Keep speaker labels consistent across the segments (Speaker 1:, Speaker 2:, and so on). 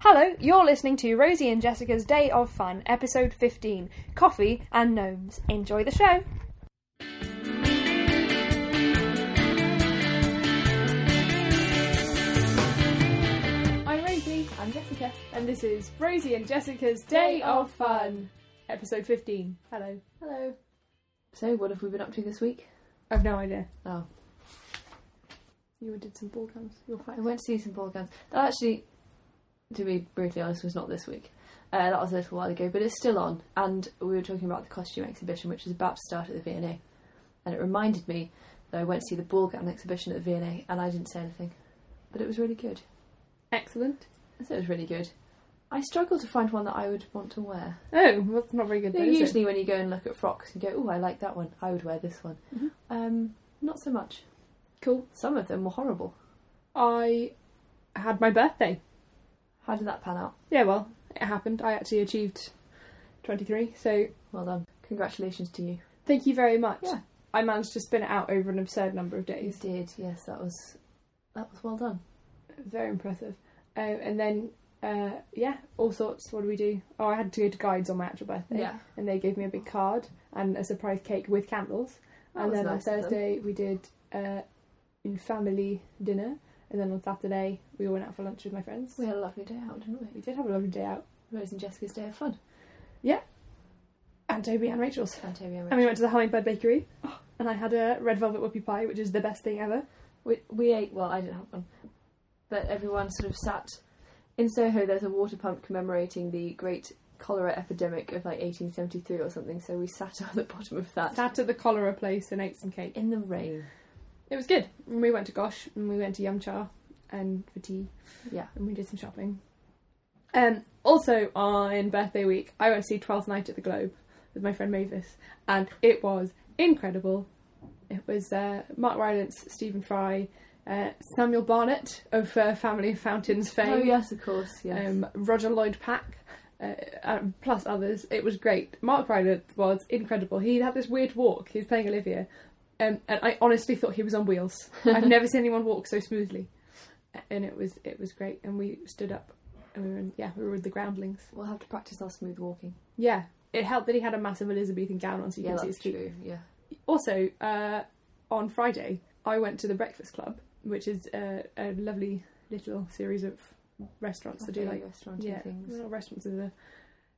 Speaker 1: Hello, you're listening to Rosie and Jessica's Day of Fun, episode 15 Coffee and Gnomes. Enjoy the show!
Speaker 2: I'm Rosie. I'm Jessica. And this is Rosie and Jessica's Day of Fun, episode 15. Hello.
Speaker 3: Hello. So, what have we been up to this week?
Speaker 2: I've no idea.
Speaker 3: Oh,
Speaker 2: You did some ball guns. You're
Speaker 3: I
Speaker 2: fine.
Speaker 3: went to see some ball games. That actually, to be brutally honest, was not this week. Uh, that was a little while ago, but it's still on. And we were talking about the costume exhibition, which is about to start at the V&A. And it reminded me that I went to see the ball gown exhibition at the V&A, and I didn't say anything. But it was really good.
Speaker 2: Excellent.
Speaker 3: I thought it was really good. I struggle to find one that I would want to wear.
Speaker 2: Oh, well, that's not very good.
Speaker 3: Yeah,
Speaker 2: though, is it?
Speaker 3: usually when you go and look at frocks and go, oh, I like that one. I would wear this one.
Speaker 2: Mhm.
Speaker 3: Um, not so much.
Speaker 2: Cool.
Speaker 3: Some of them were horrible.
Speaker 2: I had my birthday.
Speaker 3: How did that pan out?
Speaker 2: Yeah, well, it happened. I actually achieved 23, so
Speaker 3: Well done. Congratulations to you.
Speaker 2: thank you very much.
Speaker 3: Yeah.
Speaker 2: I managed to spin it out over an absurd number of
Speaker 3: You
Speaker 2: days.
Speaker 3: did. Yes, that was that was well done.
Speaker 2: Very impressive. Um, and then, uh, yeah, all sorts. What do we do? Oh, I had to go to guides on my actual birthday. and they gave me a big card and a surprise cake with candles.
Speaker 3: That
Speaker 2: and
Speaker 3: was
Speaker 2: then
Speaker 3: nice of
Speaker 2: on
Speaker 3: them.
Speaker 2: Thursday we did uh, in family dinner, and then on Saturday we all went out for lunch with my friends.
Speaker 3: We had a lovely day out, didn't
Speaker 2: We did have a lovely day out,
Speaker 3: we? Rose and Jessica's day of fun.
Speaker 2: and Toby and Rachel's.
Speaker 3: And Toby and
Speaker 2: And we
Speaker 3: Rachel.
Speaker 2: went to the Hummingbird Bakery, and I had a red velvet whoopie pie, which is the best thing ever.
Speaker 3: We, we ate. Well, I didn't have one, but everyone sort of sat in Soho. There's a water pump commemorating the great cholera epidemic of like 1873 or something. So we sat at the bottom of that
Speaker 2: Sat at the cholera place and ate some cake.
Speaker 3: in the rain.
Speaker 2: It was good. And we went to Gosh, and we went to Yum Cha, and for tea.
Speaker 3: Yeah.
Speaker 2: and we did some shopping. Um, also on birthday week, I went to see Twelfth Night at the Globe with my friend Mavis, and it was incredible. It was uh, Mark Rylance, Stephen Fry, uh, Samuel Barnett of uh, Family of Fountains fame,
Speaker 3: Oh yes, of course. Yes.
Speaker 2: um, Roger Lloyd Pack, uh, and plus others. It was great. Mark Rylance was incredible. He had this weird walk. He was playing Olivia, um, and I honestly thought he was on wheels. I've never seen anyone walk so smoothly, and it was it was great. And we stood up, and we were in, yeah we were with the groundlings.
Speaker 3: we'll have to practice our smooth walking.
Speaker 2: Yeah, it helped that he had a massive Elizabethan gown on, so you
Speaker 3: yeah,
Speaker 2: can see
Speaker 3: that's
Speaker 2: his feet.
Speaker 3: true. Yeah.
Speaker 2: Also, uh, on Friday, I went to the Breakfast Club, which is a, a lovely little series of restaurants that do
Speaker 3: Cafe,
Speaker 2: like
Speaker 3: restaurant
Speaker 2: yeah,
Speaker 3: things.
Speaker 2: well, not restaurants are the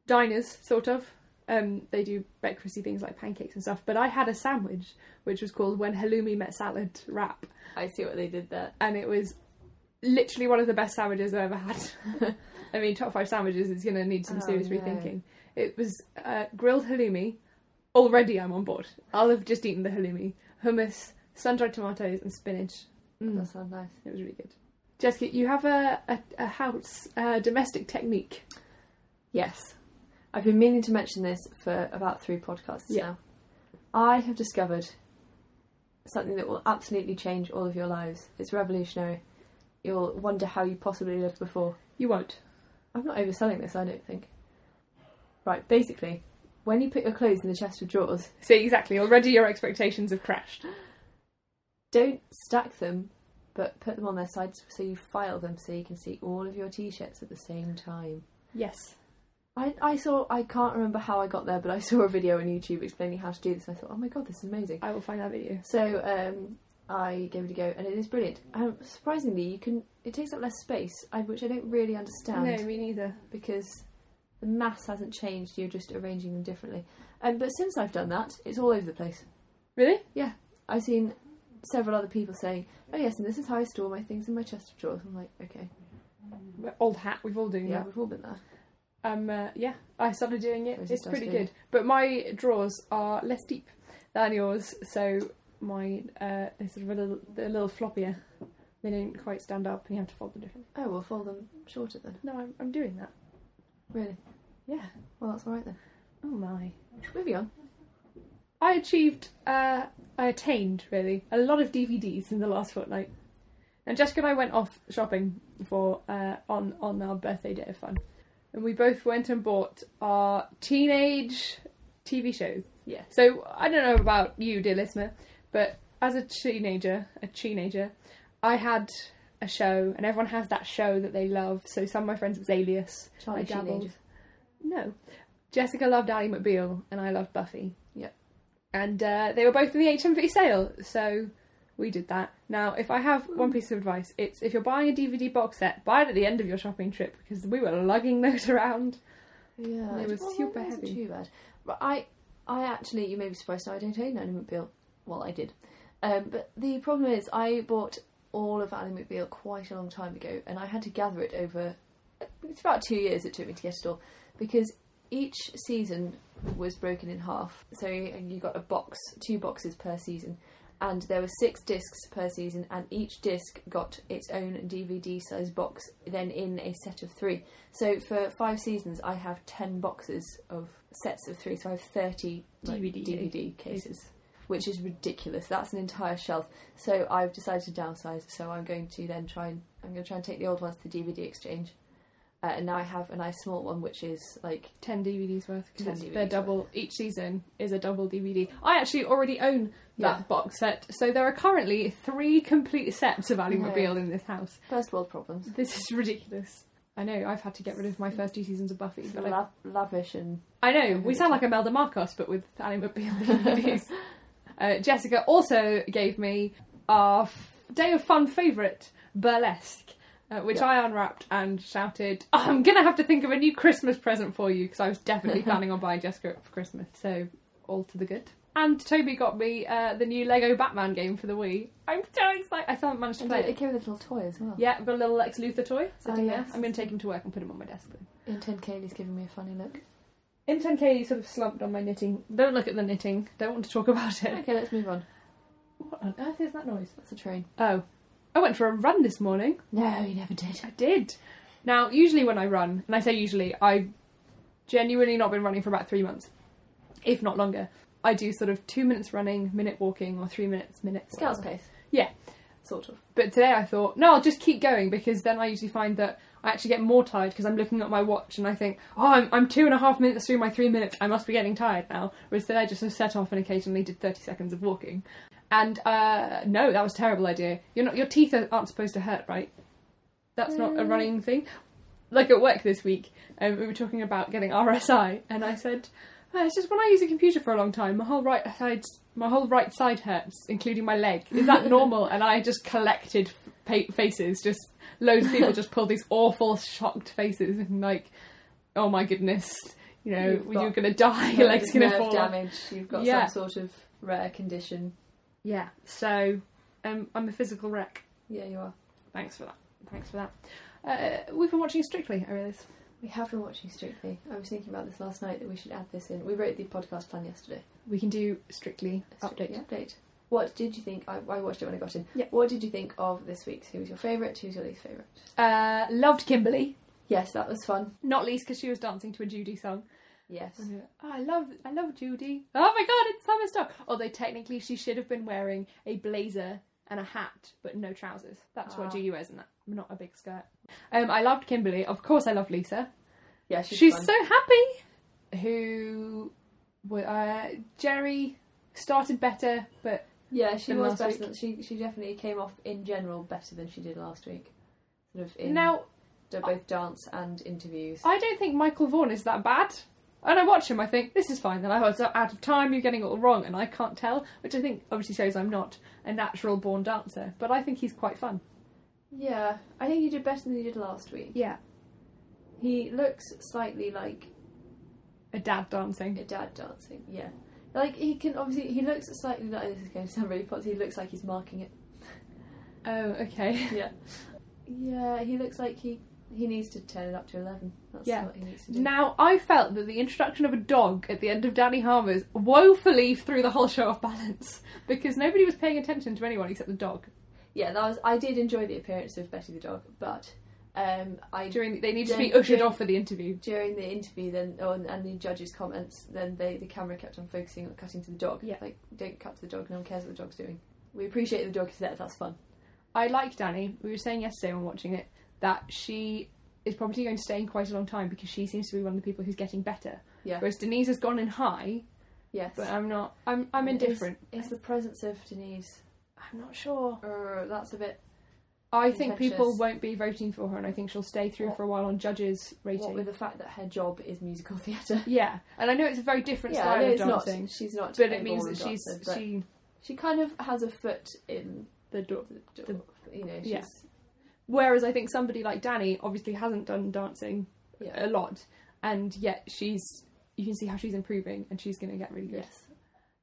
Speaker 2: diners, sort of. Um, they do breakfasty things like pancakes and stuff. But I had a sandwich which was called "When Halloumi Met Salad" wrap,
Speaker 3: I see what they did there.
Speaker 2: and it was literally one of the best sandwiches I've ever had. I mean, top five sandwiches is going to need some
Speaker 3: Oh,
Speaker 2: serious
Speaker 3: no.
Speaker 2: rethinking. It was uh, grilled halloumi. Already, I'm on board. I'll have just eaten the halloumi, hummus, sun-dried tomatoes, and spinach. Mm,
Speaker 3: That sounds nice.
Speaker 2: it was really good. Jessica, you have a a, a house uh, domestic technique.
Speaker 3: Yes. I've been meaning to mention this for about three podcasts
Speaker 2: Yeah.
Speaker 3: now. I have discovered something that will absolutely change all of your lives. It's revolutionary. You'll wonder how you possibly lived before.
Speaker 2: You won't.
Speaker 3: I'm not overselling this, I don't think. Right, basically, when you put your clothes in the chest of drawers,
Speaker 2: See, exactly. Already your expectations have crashed.
Speaker 3: don't stack them, but put them on their sides so you file them so you can see all of your t shirts at the same time.
Speaker 2: Yes.
Speaker 3: I, I saw, I can't remember how I got there, but I saw a video on YouTube explaining how to do this, and I thought, oh my god, this is amazing.
Speaker 2: I will find that video.
Speaker 3: So um, I gave it a go, and it is brilliant. Um, surprisingly, you can it takes up less space, I, which I don't really understand
Speaker 2: No, me neither.
Speaker 3: because the mass hasn't changed. You're just arranging them differently. Um, but since I've done that, it's all over the place.
Speaker 2: Really?
Speaker 3: I've seen several other people saying, "Oh yes, and this is how I store my things in my chest of drawers." I'm like, okay,
Speaker 2: Mm-hmm. We're old hat. We've all done
Speaker 3: yeah, we've all been there.
Speaker 2: that. Um. Uh, yeah. I started doing it.
Speaker 3: Those are
Speaker 2: it's pretty
Speaker 3: dusty.
Speaker 2: good. But my drawers are less deep than yours, so my uh, they're sort of a little, they're a little floppier. They don't quite stand up, and you have to fold them differently.
Speaker 3: Oh, we'll fold them shorter then.
Speaker 2: No, I'm, I'm doing that.
Speaker 3: Really?
Speaker 2: Yeah.
Speaker 3: Well, that's all right then.
Speaker 2: Oh my.
Speaker 3: Moving on.
Speaker 2: I achieved, uh, I attained really a lot of DVDs in the last fortnight. And Jessica and I went off shopping for uh, on on our birthday day of fun, and we both went and bought our teenage TV shows.
Speaker 3: Yes.
Speaker 2: So I don't know about you, dear listener, but as a teenager, a teenager, I had a show, and everyone has that show that they love. So some of my friends it was Alias.
Speaker 3: Charlie
Speaker 2: I
Speaker 3: Sheen
Speaker 2: dabbled.
Speaker 3: ages.
Speaker 2: No, Jessica loved Ally McBeal, and I loved Buffy.
Speaker 3: Yep.
Speaker 2: And uh, they were both in the HMV sale, so we did that. Now, if I have one piece of advice, it's if you're buying a DVD box set, buy it at the end of your shopping trip because we were lugging those around.
Speaker 3: Yeah,
Speaker 2: They
Speaker 3: it
Speaker 2: were
Speaker 3: wasn't-
Speaker 2: super
Speaker 3: wasn't
Speaker 2: heavy.
Speaker 3: Too bad. But I, I actually, you may be surprised. No, I don't own Annie McBeal. Well, I did. Um, but the problem is, I bought all of Annie McBeal quite a long time ago, and I had to gather it over. It's about two years it took me to get it all, because each season was broken in half. So you got a box, two boxes per season, and there were six discs per season, and each disc got its own DVD size box, then in a set of three. So for five seasons, I have ten boxes of sets of three, so I have thirty like,
Speaker 2: DVD
Speaker 3: DVD cases, which is ridiculous. That's an entire shelf. So I've decided to downsize. So I'm going to then try and I'm going to try and take the old ones to the DVD exchange. Uh, and now I have a nice small one, which is like
Speaker 2: Ten DVDs worth. 'cause
Speaker 3: 10
Speaker 2: it's-
Speaker 3: DVDs
Speaker 2: They're
Speaker 3: worth.
Speaker 2: double. Each season is a double DVD. I actually already own that
Speaker 3: Yeah.
Speaker 2: box set, so there are currently three complete sets of Ally
Speaker 3: No.
Speaker 2: McBeal in this house.
Speaker 3: first world problems,
Speaker 2: This is ridiculous. I know. I've had to get rid of my first two seasons of Buffy, but I
Speaker 3: Lav- lavish and
Speaker 2: I know, we sound like Imelda Marcos, but with animobile DVDs. uh, Jessica also gave me our f- Day of Fun favourite, Burlesque, uh, which
Speaker 3: Yeah.
Speaker 2: I unwrapped and shouted, I'm going to have to think of a new Christmas present for you, because I was definitely planning on buying Jessica it for Christmas. So, all to the good. And Toby got me uh, the new Lego Batman game for the Wii. I'm so excited. I still haven't managed to
Speaker 3: and
Speaker 2: play
Speaker 3: it
Speaker 2: it.
Speaker 3: came with a little toy as well.
Speaker 2: Yeah, I've got a little Lex Luthor toy
Speaker 3: Oh,
Speaker 2: sitting there.
Speaker 3: yes.
Speaker 2: I'm going to take him to work and put him on my desk. Then.
Speaker 3: And 10 Kaylee's giving me a funny look.
Speaker 2: Intern Katie sort of slumped on my knitting. Don't look at the knitting. Don't want to talk about it.
Speaker 3: Okay, let's move on.
Speaker 2: What on earth is that noise?
Speaker 3: That's a train.
Speaker 2: Oh, I went for a run this morning.
Speaker 3: No, you never did.
Speaker 2: I did. Now, usually when I run, and I say usually, I've genuinely not been running for about three months, if not longer. I do sort of two minutes running, minute walking, or three minutes, minute.
Speaker 3: Scout's
Speaker 2: whatever.
Speaker 3: pace.
Speaker 2: Yeah.
Speaker 3: Sort of.
Speaker 2: But today I thought, no, I'll just keep going because then I usually find that I actually get more tired because I'm looking at my watch and I think, oh, I'm, I'm two and a half minutes through my three minutes. I must be getting tired now. Whereas today I just sort of set off and occasionally did 30 seconds of walking. And uh, no, that was a terrible idea. You're not, your teeth are- aren't supposed to hurt, right? That's not a running thing. Like at work this week, um, we were talking about getting RSI, and I said, "Oh, "It's just when I use a computer for a long time, my whole right side, my whole right side hurts, including my leg. Is that normal?" and I just collected pa- faces, just loads of people just pulled these awful, shocked faces, and like, "Oh my goodness, you know,
Speaker 3: You've got-
Speaker 2: you're gonna die, your leg's gonna
Speaker 3: nerve
Speaker 2: fall." off."
Speaker 3: damage. You've got
Speaker 2: Yeah.
Speaker 3: some sort of rare condition.
Speaker 2: Yeah, so um, I'm a physical wreck.
Speaker 3: Yeah, you are.
Speaker 2: Thanks for that. Thanks for that. Uh, we've been watching Strictly. I realise.
Speaker 3: We have been watching Strictly. I was thinking about this last night that we should add this in. We wrote the podcast plan yesterday.
Speaker 2: We can do Strictly update.
Speaker 3: Strictly update. What did you think? I, I watched it when I got in.
Speaker 2: Yeah.
Speaker 3: What did you think of this week's? Who was your favourite? Who's your least favourite?
Speaker 2: Uh, loved Kimberly,
Speaker 3: Yes, that was fun. Mm-hmm.
Speaker 2: not least because she was dancing to a Judy song.
Speaker 3: Yes.
Speaker 2: And, uh, I love, I love Judy. Oh my god, it's summer stuff. Although technically she should have been wearing a blazer and a hat, but no trousers. That's
Speaker 3: Ah.
Speaker 2: what Judy wears in that, not a big skirt. Um, I loved Kimberly. Of course, I love Lisa.
Speaker 3: Yeah, she's,
Speaker 2: She's,
Speaker 3: fun.
Speaker 2: so happy. Who, wa- uh, Jerry started better, but
Speaker 3: Yeah, she
Speaker 2: than
Speaker 3: was
Speaker 2: last
Speaker 3: better.
Speaker 2: week.
Speaker 3: Than, she she definitely came off in general better than she did last week. Sort of in
Speaker 2: now Oh.
Speaker 3: d- both dance and interviews.
Speaker 2: I don't think Michael Vaughan is that bad. And I watch him, I think, this is fine. Then I was out of time, you're getting it all wrong, and I can't tell, which I think obviously shows I'm not a natural born dancer, but I think he's quite fun.
Speaker 3: yeah, I think he did better than he did last week.
Speaker 2: Yeah.
Speaker 3: He looks slightly like
Speaker 2: A dad dancing.
Speaker 3: a dad dancing. Yeah, like he can obviously he looks slightly like this is going to sound really potsy. He looks like he's marking it.
Speaker 2: Oh, okay.
Speaker 3: Yeah, yeah. He looks like he he needs to turn it up to eleven. That's
Speaker 2: Yeah.
Speaker 3: what he needs to do.
Speaker 2: Now, I felt that the introduction of a dog at the end of Danny Harmer's woefully threw the whole show off balance because nobody was paying attention to anyone except the dog.
Speaker 3: yeah, that was. I did enjoy the appearance of Betty the dog, but um, I
Speaker 2: During They needed to be
Speaker 3: Don't-
Speaker 2: ushered
Speaker 3: don't-
Speaker 2: off for the interview.
Speaker 3: during the interview then oh, and, and the judge's comments then they the camera kept on focusing on cutting to the dog
Speaker 2: Yeah.
Speaker 3: like don't cut to the dog no one cares what the dog's doing we appreciate the dog is there that's fun
Speaker 2: I like Danny. We were saying yesterday when watching it that she is probably going to stay in quite a long time because she seems to be one of the people who's getting better.
Speaker 3: yeah
Speaker 2: Whereas Denise has gone in high,
Speaker 3: yes
Speaker 2: but I'm not. I'm I'm
Speaker 3: um, It's-
Speaker 2: indifferent.
Speaker 3: it's, the presence of denise
Speaker 2: I'm not sure.
Speaker 3: uh, that's a bit
Speaker 2: I think people
Speaker 3: Contentious.
Speaker 2: won't be voting for her, and I think she'll stay through for a while on judges'
Speaker 3: What
Speaker 2: rating.
Speaker 3: with the fact that her job is musical theatre.
Speaker 2: yeah, and I know it's a very different
Speaker 3: Yeah, I
Speaker 2: style
Speaker 3: know
Speaker 2: of
Speaker 3: it's not.
Speaker 2: dancing,
Speaker 3: She's not.
Speaker 2: but
Speaker 3: a
Speaker 2: it means
Speaker 3: ballroom
Speaker 2: that she's
Speaker 3: dancer, but
Speaker 2: she
Speaker 3: she kind of has a foot in
Speaker 2: the door.
Speaker 3: the door.
Speaker 2: The-
Speaker 3: you know, she's
Speaker 2: yeah. Whereas I think somebody like Danny obviously hasn't done dancing
Speaker 3: yeah.
Speaker 2: a lot, and yet she's you can see how she's improving, and she's going to get really good.
Speaker 3: yes.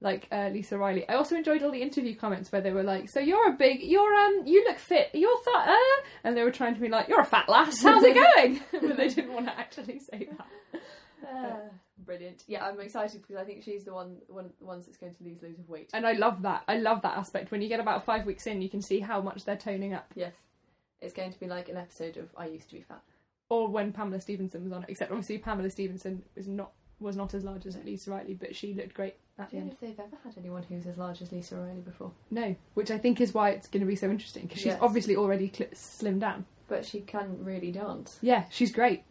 Speaker 2: Like uh, Lisa Riley. I also enjoyed all the interview comments where they were like, "So you're a big, you're um, you look fit, you're fat," uh," and they were trying to be like, "You're a fat lass, how's it going?" but they didn't want to actually say that.
Speaker 3: Ah, brilliant. Yeah, I'm excited because I think she's the one one of the ones that's going to lose loads of weight.
Speaker 2: And I love that. I love that aspect. When you get about five weeks in, you can see how much they're toning up.
Speaker 3: Yes. It's going to be like an episode of I used to be fat.
Speaker 2: Or when Pamela Stevenson was on it, except obviously Pamela Stevenson was not was not as large as Lisa Riley, but she looked great at
Speaker 3: I
Speaker 2: the
Speaker 3: don't know
Speaker 2: end.
Speaker 3: if they've ever had anyone who's as large as Lisa Riley before.
Speaker 2: No, which I think is why it's going to be so interesting because she's
Speaker 3: Yes.
Speaker 2: obviously already cl- slimmed down.
Speaker 3: But she can really dance.
Speaker 2: Yeah, she's great,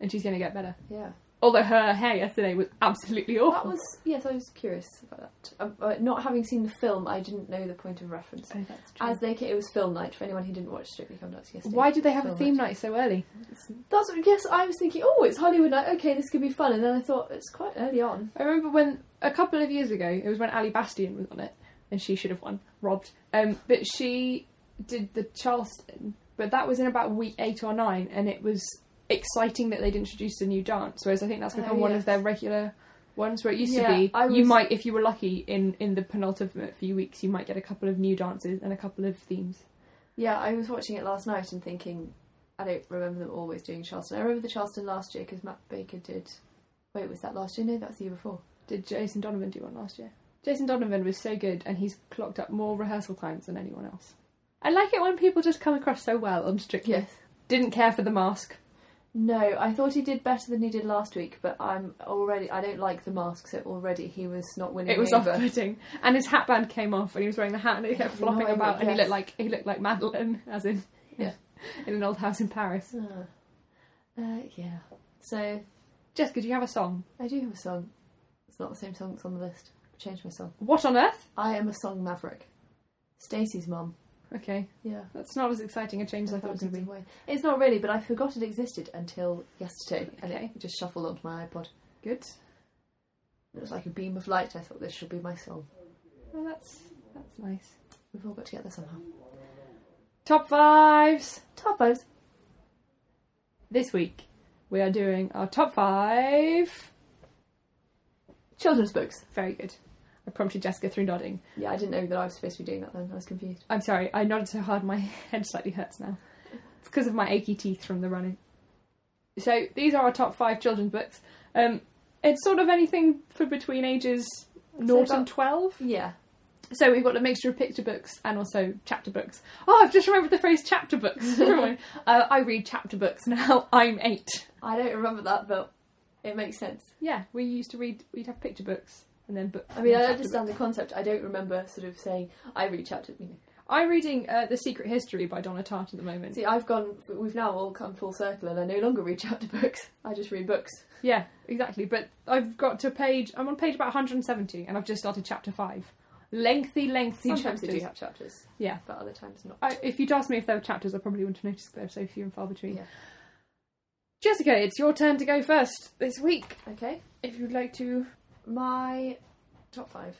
Speaker 2: and she's going to get better.
Speaker 3: Yeah.
Speaker 2: Although her hair yesterday was absolutely awful.
Speaker 3: That was, yes, I was curious about that. Um, uh, not having seen the film, I didn't know the point of reference.
Speaker 2: Oh, that's true.
Speaker 3: As they, ca- it was film night for anyone who didn't watch Strictly Come Dancing yesterday.
Speaker 2: why did they have a
Speaker 3: Film
Speaker 2: theme night so early?
Speaker 3: That's what, yes, I was thinking, oh, it's Hollywood night, okay, this could be fun. And then I thought, it's quite early on.
Speaker 2: I remember when a couple of years ago, it was when Ali Bastian was on it, and she should have won, robbed. Um, but she did the Charleston, but that was in about week eight or nine, and it was exciting that they'd introduced a new dance. Whereas I think that's
Speaker 3: Oh,
Speaker 2: become one
Speaker 3: yes.
Speaker 2: of their regular ones where it used
Speaker 3: Yeah,
Speaker 2: to be
Speaker 3: I
Speaker 2: you
Speaker 3: was-
Speaker 2: might, if you were lucky, in in the penultimate few weeks, you might get a couple of new dances and a couple of themes.
Speaker 3: Yeah, I was watching it last night and thinking, I don't remember them always doing Charleston. I remember the Charleston last year because Matt Baker did. Wait, was that last year? No, that was the year before.
Speaker 2: Did Jason Donovan do one last year? Jason Donovan was so good, and he's clocked up more rehearsal times than anyone else. I like it when people just come across so well on Strictly. Didn't care for the mask.
Speaker 3: No, I thought he did better than he did last week, but I'm already. I don't like the mask, so already he was not winning.
Speaker 2: It was
Speaker 3: me over.
Speaker 2: off-putting, and his hat band came off, and he was wearing the hat, and it kept
Speaker 3: was
Speaker 2: flopping
Speaker 3: annoying,
Speaker 2: about, and he
Speaker 3: yes.
Speaker 2: looked like he looked like Madeline, as in
Speaker 3: Yeah.
Speaker 2: in an old house in Paris.
Speaker 3: Uh, uh, yeah. So
Speaker 2: Jessica, do you have a song?
Speaker 3: I do have a song. It's not the same song that's on the list. I changed my song.
Speaker 2: What on earth?
Speaker 3: I am a song maverick. Stacey's mum.
Speaker 2: Okay,
Speaker 3: Yeah.
Speaker 2: that's not as exciting a change as I thought it was going to be.
Speaker 3: Away. It's not really, but I forgot it existed until yesterday, and
Speaker 2: Okay.
Speaker 3: it just shuffled onto my iPod.
Speaker 2: Good.
Speaker 3: It was like a beam of light. I thought this should be my song.
Speaker 2: Well, that's that's nice.
Speaker 3: We've all got together somehow.
Speaker 2: Top fives.
Speaker 3: Top fives.
Speaker 2: This week, we are doing our top five.
Speaker 3: Children's books.
Speaker 2: Very good. I prompted Jessica through nodding.
Speaker 3: Yeah, I didn't know that I was supposed to be doing that then. I was confused.
Speaker 2: I'm sorry, I nodded so hard my head slightly hurts now. It's because of my achy teeth from the running. So these are our top five children's books. Um, it's sort of anything for between ages naught
Speaker 3: about-
Speaker 2: and twelve.
Speaker 3: Yeah.
Speaker 2: So we've got a mixture of picture books and also chapter books. Oh, I've just remembered the phrase chapter books. uh, I read chapter books now. I'm eight.
Speaker 3: I don't remember that, but it makes sense.
Speaker 2: Yeah, we used to read. We'd have picture books and then books.
Speaker 3: I mean,
Speaker 2: and
Speaker 3: I
Speaker 2: then chapter books.
Speaker 3: understand the concept. I don't remember sort of saying, I read chapter. You know.
Speaker 2: I'm reading uh, The Secret History by Donna Tartt at the moment.
Speaker 3: See, I've gone, we've now all come full circle and I no longer read chapter books. I just read books.
Speaker 2: Yeah, exactly. But I've got to page. I'm on page about 170, and I've just started chapter five. Lengthy, lengthy
Speaker 3: Sometimes they
Speaker 2: chapters.
Speaker 3: do have chapters,
Speaker 2: Yeah.
Speaker 3: but other times not.
Speaker 2: I, if you'd asked me if there were chapters, I probably wouldn't have noticed they're so few and far between.
Speaker 3: Yeah.
Speaker 2: Jessica, it's your turn to go first this week.
Speaker 3: Okay.
Speaker 2: If you'd like to,
Speaker 3: My top five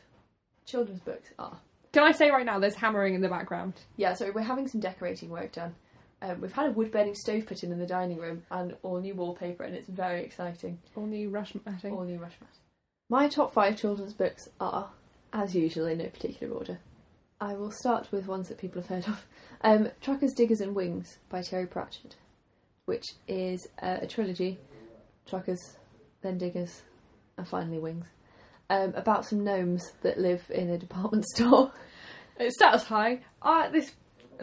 Speaker 3: children's books are.
Speaker 2: can I say right now? There's hammering in the background.
Speaker 3: Yeah, so we're having some decorating work done. Um, we've had a wood burning stove put in in the dining room and all new wallpaper, and it's very exciting.
Speaker 2: All new rush matting.
Speaker 3: All new rush mat. My top five children's books are, as usual, in no particular order. I will start with ones that people have heard of um, Truckers, Diggers, and Wings by Terry Pratchett, which is uh, a trilogy Truckers, then Diggers, and finally Wings. Um, about some gnomes that live in a department store.
Speaker 2: It starts high. Uh, this,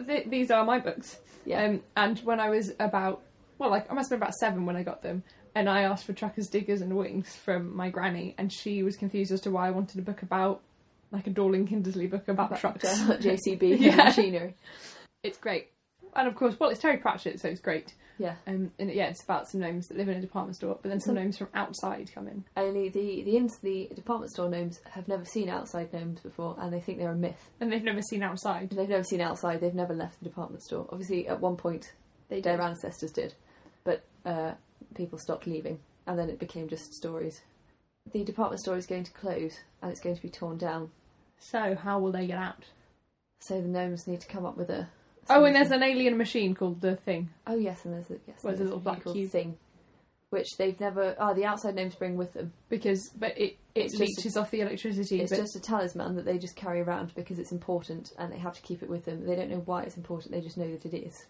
Speaker 2: th- these are my books.
Speaker 3: Yeah.
Speaker 2: Um, and when I was about, well, like I must have been about seven when I got them, and I asked for truckers, diggers, and wings from my granny, and she was confused as to why I wanted a book about,
Speaker 3: uh,
Speaker 2: like a Dorling Kindersley book about, trucks.
Speaker 3: JCB
Speaker 2: Yeah.
Speaker 3: machinery.
Speaker 2: It's great. and of course, well, it's Terry Pratchett, so it's great.
Speaker 3: Yeah.
Speaker 2: Um, and yeah, it's about some gnomes that live in a department store, but then some gnomes from outside come in.
Speaker 3: Only the the ins the department store gnomes have never seen outside gnomes before, and they think they're a myth.
Speaker 2: And they've never seen outside.
Speaker 3: They've never seen outside. They've never left the department store. Obviously, at one point,
Speaker 1: They
Speaker 3: their ancestors did, but uh, people stopped leaving, and then it became just stories. The department store is going to close, and it's going to be torn down.
Speaker 2: So, how will they get out?
Speaker 3: So the gnomes need to come up with a.
Speaker 2: Oh, and there's an alien machine called the Thing.
Speaker 3: Oh yes, and there's a yes.
Speaker 2: Well,
Speaker 3: and
Speaker 2: there's a little
Speaker 3: thing
Speaker 2: black
Speaker 3: called
Speaker 2: cube.
Speaker 3: thing, which they've never. Ah, the outside gnomes bring with them.
Speaker 2: Because, but it, it
Speaker 3: It's just a-
Speaker 2: leeches off the electricity.
Speaker 3: It's
Speaker 2: but
Speaker 3: just a talisman that they just carry around because it's important and they have to keep it with them. They don't know why it's important, they just know that it is.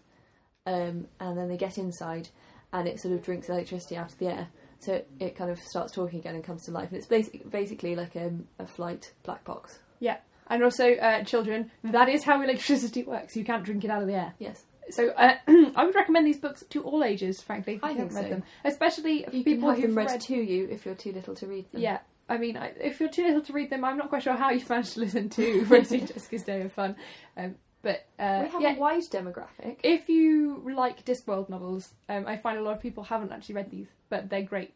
Speaker 3: Um, and then they get inside and it sort of drinks electricity out of the air. So it, it kind of starts talking again and comes to life. And it's basic, basically like um, a flight black box.
Speaker 2: And also, uh, children, that is how electricity works. You can't drink it out of the air.
Speaker 3: Yes.
Speaker 2: So uh, I would recommend these books to all ages, frankly. If
Speaker 3: I
Speaker 2: you
Speaker 3: think
Speaker 2: haven't read
Speaker 3: so.
Speaker 2: them, especially for
Speaker 3: You
Speaker 2: people
Speaker 3: can have
Speaker 2: who've
Speaker 3: them read,
Speaker 2: read.
Speaker 3: to you if you're too little to read them.
Speaker 2: Yeah, I mean, I, if you're too little to read them, I'm not quite sure how you've managed to listen to Rosie and Jessica's Day of Fun. Um, but uh,
Speaker 3: We have
Speaker 2: yeah,
Speaker 3: a wide demographic.
Speaker 2: if you like Discworld novels, um, I find a lot of people haven't actually read these, but they're great.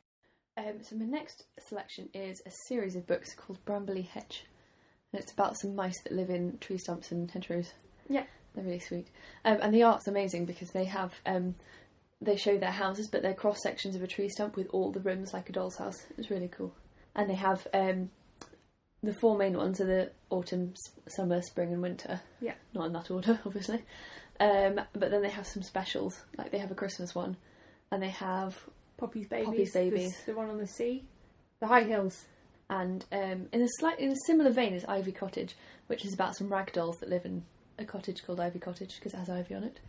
Speaker 3: Um, so my next selection is a series of books called Brambley Hedge, and it's about some mice that live in tree stumps and hedgerows.
Speaker 2: Yeah.
Speaker 3: they're really sweet, um, and the art's amazing because they have um, they show their houses, but they're cross sections of a tree stump with all the rooms like a doll's house. It's really cool, and they have um, the four main ones are the autumn, s- summer, spring, and winter.
Speaker 2: Yeah.
Speaker 3: not in that order, obviously. Um, but then they have some specials, like they have a Christmas one, and they have
Speaker 2: Poppy's Babies,
Speaker 3: Poppy's
Speaker 2: the s-
Speaker 3: Babies.
Speaker 2: the one on the sea, the High Hills.
Speaker 3: and um, in a slight in a similar vein is Ivy Cottage, which is about some rag dolls that live in a cottage called Ivy Cottage because it has ivy on it,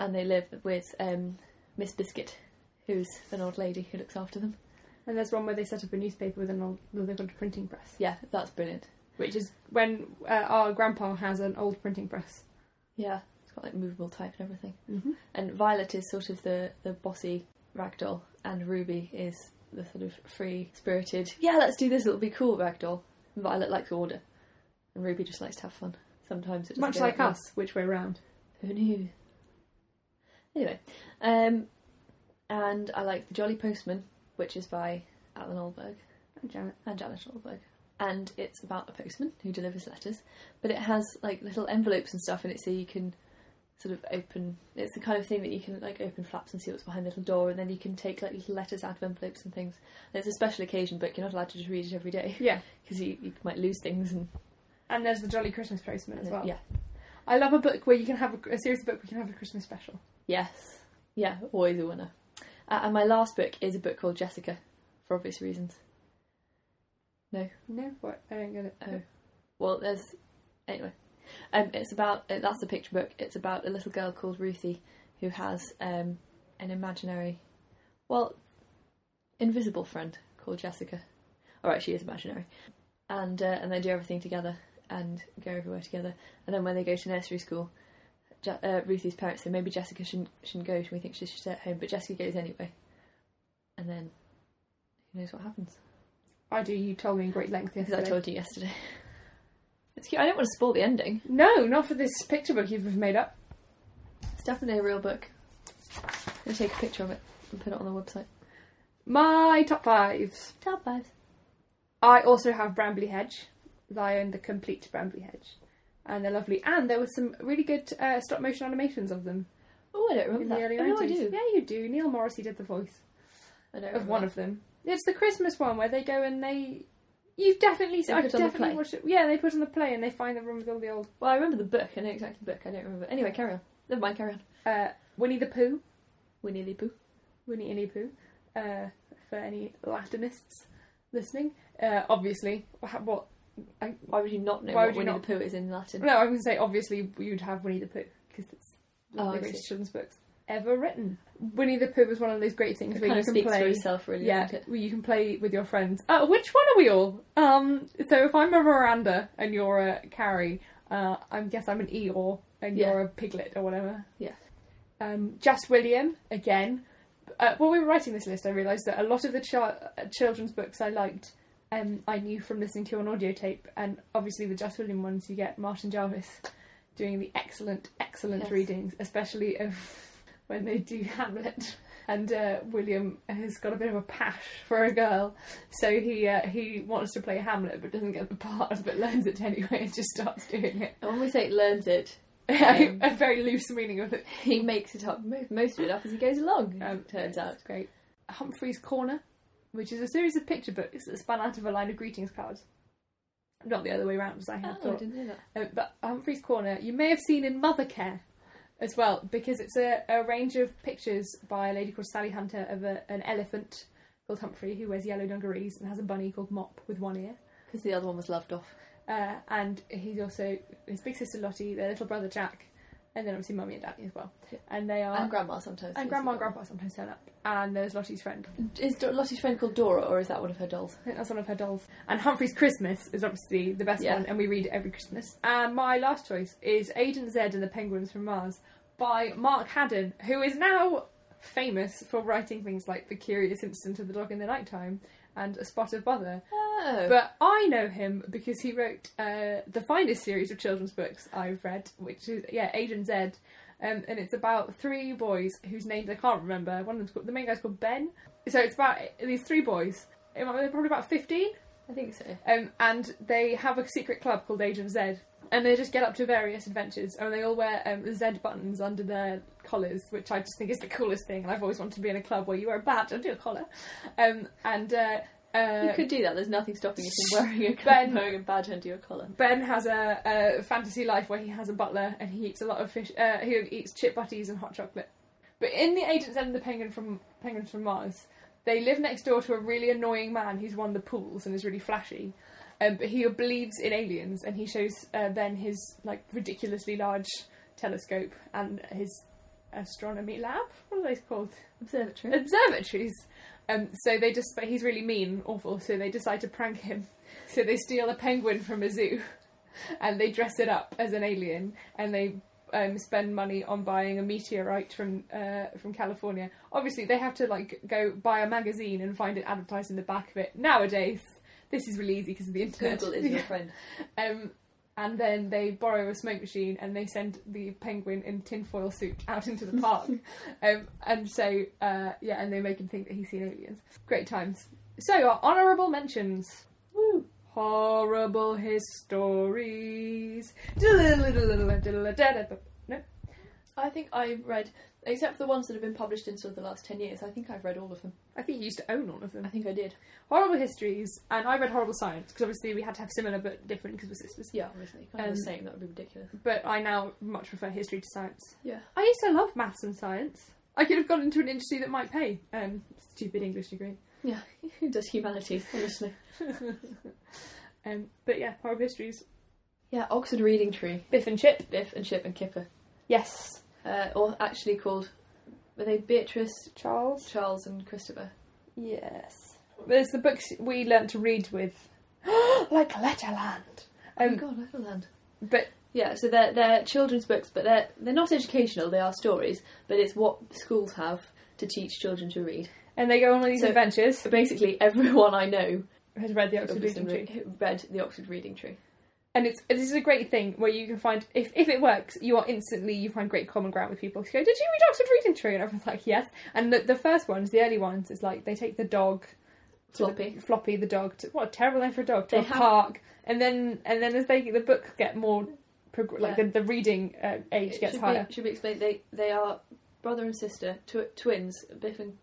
Speaker 3: and they live with um, Miss Biscuit, who's an old lady who looks after them.
Speaker 2: And there's one where they set up a newspaper with an old, they've got a printing press,
Speaker 3: Yeah, that's brilliant.
Speaker 2: which is when uh, our grandpa has an old printing press.
Speaker 3: Yeah, it's got like movable type and everything.
Speaker 2: Mm-hmm.
Speaker 3: And Violet is sort of the the bossy ragdoll, and Ruby is the sort of free spirited. Yeah, let's do this. It'll be cool ragdoll. And Violet likes order, and Ruby just likes to have fun. Sometimes it doesn't
Speaker 2: Much
Speaker 3: go
Speaker 2: like
Speaker 3: that way.
Speaker 2: us, which way round.
Speaker 3: Who knew? Anyway, um, and I like The Jolly Postman, which is by Alan Olberg
Speaker 2: Janet.
Speaker 3: and Oh, Janet Olberg. And it's about a postman who delivers letters, but it has like little envelopes and stuff in it, so you can sort of open. It's the kind of thing that you can like open flaps and see what's behind the little door, and then you can take like little letters out of envelopes and things. And it's a special occasion book; you're not allowed to just read it every day
Speaker 2: Yeah.
Speaker 3: because you, you might lose things and
Speaker 2: And there's the Jolly Christmas Postman as well.
Speaker 3: yeah,
Speaker 2: I love a book where you can have a, a series of books where you can have a Christmas special.
Speaker 3: Yes. Yeah, always a winner. Uh, and my last book is a book called Jessica, for obvious reasons.
Speaker 2: No, what? I don't get it.
Speaker 3: Oh. Well, there's. Anyway. Um, it's about. uh, That's the picture book. It's about a little girl called Ruthie who has um, an imaginary. Well, invisible friend called Jessica. Alright, she is imaginary. And, uh, and they do everything together and go everywhere together. And then when they go to nursery school, Je- uh, Ruthie's parents say maybe Jessica shouldn't shouldn't go. We think she should stay at home, but Jessica goes anyway. And then who knows what happens?
Speaker 2: I do. You told me in great length
Speaker 3: Because I
Speaker 2: yesterday.
Speaker 3: told you yesterday. It's cute. I don't want to spoil the ending.
Speaker 2: No, not for this picture book you've made up.
Speaker 3: It's definitely a real book. I'm gonna take a picture of it and put it on the website.
Speaker 2: My top fives.
Speaker 3: Top five.
Speaker 2: I also have Brambley Hedge. I own the complete Brambley Hedge, and they're lovely. And there was some really good uh, stop motion animations of them
Speaker 3: Oh, I don't
Speaker 2: in
Speaker 3: remember
Speaker 2: the
Speaker 3: that.
Speaker 2: early
Speaker 3: Oh, no, I
Speaker 2: nineties.
Speaker 3: do.
Speaker 2: yeah, you do. Neil Morrissey did the voice
Speaker 3: I don't
Speaker 2: of one
Speaker 3: remember
Speaker 2: of them. It's the Christmas one where they go and they. You've definitely.
Speaker 3: They
Speaker 2: I've
Speaker 3: put on the
Speaker 2: definitely
Speaker 3: play.
Speaker 2: watched it. Yeah, they put on the play and they find the room with all the old
Speaker 3: that. Well, I remember the book. I know exactly the book. I don't remember. Anyway, carry on. Never mind. Carry on.
Speaker 2: uh, Winnie the Pooh.
Speaker 3: Winnie the Pooh.
Speaker 2: Winnie Innie Pooh, uh, for any Latinists listening. Uh, obviously, wha- what?
Speaker 3: Why would you not know
Speaker 2: Why
Speaker 3: what
Speaker 2: would
Speaker 3: Winnie
Speaker 2: you
Speaker 3: the Pooh is in Latin?
Speaker 2: No, I'm going to say obviously you'd have Winnie the Pooh because it's one
Speaker 3: Oh,
Speaker 2: of
Speaker 3: I
Speaker 2: the
Speaker 3: see.
Speaker 2: greatest children's books ever written. Winnie the Pooh was one of those great things
Speaker 3: It
Speaker 2: where
Speaker 3: kind
Speaker 2: you
Speaker 3: of
Speaker 2: can
Speaker 3: speaks for
Speaker 2: play.
Speaker 3: itself, really,
Speaker 2: Yeah,
Speaker 3: doesn't it?
Speaker 2: where you can play with your friends. Uh, which one are we all? Um, so if I'm a Miranda and you're a Carrie, uh, I guess I'm an Eeyore and
Speaker 3: Yeah.
Speaker 2: you're a Piglet or whatever.
Speaker 3: Yeah.
Speaker 2: Um, Jas William again. Uh, while we were writing this list, I realised that a lot of the ch- uh, children's books I liked, um, I knew from listening to on audio tape, and obviously the Jas William ones you get Martin Jarvis doing the excellent, excellent
Speaker 3: Yes.
Speaker 2: readings, especially of when they do Hamlet. And uh, William has got a bit of a pash for a girl, so he uh, he wants to play Hamlet but doesn't get the part, but learns it anyway and just starts doing it.
Speaker 3: And when we say learns it, Um,
Speaker 2: a very loose meaning of it.
Speaker 3: he makes it up, mo- most of it up as he goes along,
Speaker 2: Um,
Speaker 3: it turns out.
Speaker 2: It's great. Humphrey's Corner, which is a series of picture books that span out of a line of greetings cards. Not the other way round, as I had
Speaker 3: Oh, I
Speaker 2: thought.
Speaker 3: didn't know that.
Speaker 2: Um, but Humphrey's Corner, you may have seen in Mother Care as well, because it's a, a range of pictures by a lady called Sally Hunter of a, an elephant called Humphrey who wears yellow dungarees and has a bunny called Mop with one ear.
Speaker 3: Because the other one was loved off.
Speaker 2: Uh, and he's also his big sister Lottie, their little brother Jack, and then obviously Mummy and Daddy as well. And they are.
Speaker 3: and grandma sometimes.
Speaker 2: Uh, and
Speaker 3: does
Speaker 2: Grandma
Speaker 3: it.
Speaker 2: and Grandpa sometimes turn up. And there's Lottie's friend.
Speaker 3: Is Do- Lottie's friend called Dora, or is that one of her dolls?
Speaker 2: I think that's one of her dolls. And Humphrey's Christmas is obviously the best
Speaker 3: Yeah.
Speaker 2: one, and we read it every Christmas. And my last choice is Agent Zed and the Penguins from Mars by Mark Haddon, who is now famous for writing things like The Curious Incident of the Dog in the Nighttime and A Spot of Bother.
Speaker 3: Oh.
Speaker 2: Uh, But I know him because he wrote uh, the finest series of children's books I've read, which is yeah, Agent Zed, um, and it's about three boys whose names I can't remember. One of them's called, the main guy's called Ben. So it's about these three boys. They're probably about fifteen,
Speaker 3: I think so.
Speaker 2: um, and they have a secret club called Agent Z, and they just get up to various adventures, and they all wear um, Z buttons under their collars, which I just think is the coolest thing. And I've always wanted to be in a club where you wear a badge under your collar, um, and. Uh, uh,
Speaker 3: you could do that. There's nothing stopping you from wearing a,
Speaker 2: Ben-
Speaker 3: wearing a badge under your collar.
Speaker 2: Ben has a, a fantasy life where he has a butler and he eats a lot of fish. Uh, he eats chip butties and hot chocolate. But in the Agents and the Penguin from Penguins from Mars, they live next door to a really annoying man who's won the pools and is really flashy. Um, but he believes in aliens and he shows uh, Ben his like ridiculously large telescope and his astronomy lab. What are those called?
Speaker 3: Observatory.
Speaker 2: observatories. Um, so they just, but he's really mean, and awful. So they decide to prank him. So they steal a penguin from a zoo, and they dress it up as an alien, and they um, spend money on buying a meteorite from uh, from California. Obviously, they have to like go buy a magazine and find it advertised in the back of it. Nowadays, this is really easy because of the internet.
Speaker 3: Google is your friend.
Speaker 2: Um, and then they borrow a smoke machine and they send the penguin in tinfoil suit out into the park. um, and so, uh, yeah, and they make him think that he's seen aliens. Great times. So, our honourable mentions. Woo! Horrible histories. No?
Speaker 3: I think I've read, except for the ones that have been published in sort of the last 10 years, I think I've read all of them.
Speaker 2: I think you used to own all of
Speaker 3: I
Speaker 2: them.
Speaker 3: think I did.
Speaker 2: Horrible histories, and I read horrible science because obviously we had to have similar but different because we're sisters.
Speaker 3: Yeah, obviously. If I
Speaker 2: Um,
Speaker 3: was saying that would be ridiculous.
Speaker 2: But I now much prefer history to science.
Speaker 3: Yeah.
Speaker 2: I used to love maths and science. I could have gone into an industry that might pay. Um, stupid English degree.
Speaker 3: Yeah. Who does humanities, honestly?
Speaker 2: Um, but yeah, horrible histories.
Speaker 3: Yeah, Oxford Reading Tree.
Speaker 2: Biff and Chip.
Speaker 3: Biff and Chip and Kipper.
Speaker 2: Yes.
Speaker 3: Uh, or actually called, were they Beatrice,
Speaker 2: Charles.
Speaker 3: Charles and Christopher?
Speaker 2: Yes. There's the books we learnt to read with, like Letterland.
Speaker 3: oh
Speaker 2: Um,
Speaker 3: god, Overland.
Speaker 2: but
Speaker 3: Yeah, so they're they're children's books, but they're they're not educational. They are stories, but it's what schools have to teach children to read.
Speaker 2: and they go on all these
Speaker 3: So-
Speaker 2: adventures.
Speaker 3: So basically, everyone I know
Speaker 2: Has read the Oxford
Speaker 3: obviously
Speaker 2: Reading Tree.
Speaker 3: re- read the Oxford Reading Tree.
Speaker 2: and it's this is a great thing where you can find if, if it works you are instantly you find great common ground with people who go did you read oxford reading tree and everyone's like yes and the, the first ones the early ones is like they take the dog to the-
Speaker 3: Floppy.
Speaker 2: floppy the dog to, what a terrible name for a dog to
Speaker 3: They
Speaker 2: a
Speaker 3: have-
Speaker 2: park and then and then as they the books get more prog- like
Speaker 3: Yeah.
Speaker 2: the, the reading uh, age
Speaker 3: It
Speaker 2: gets
Speaker 3: should
Speaker 2: higher
Speaker 3: Be, should be explained. They they are brother and sister, tw- twins, Biff and,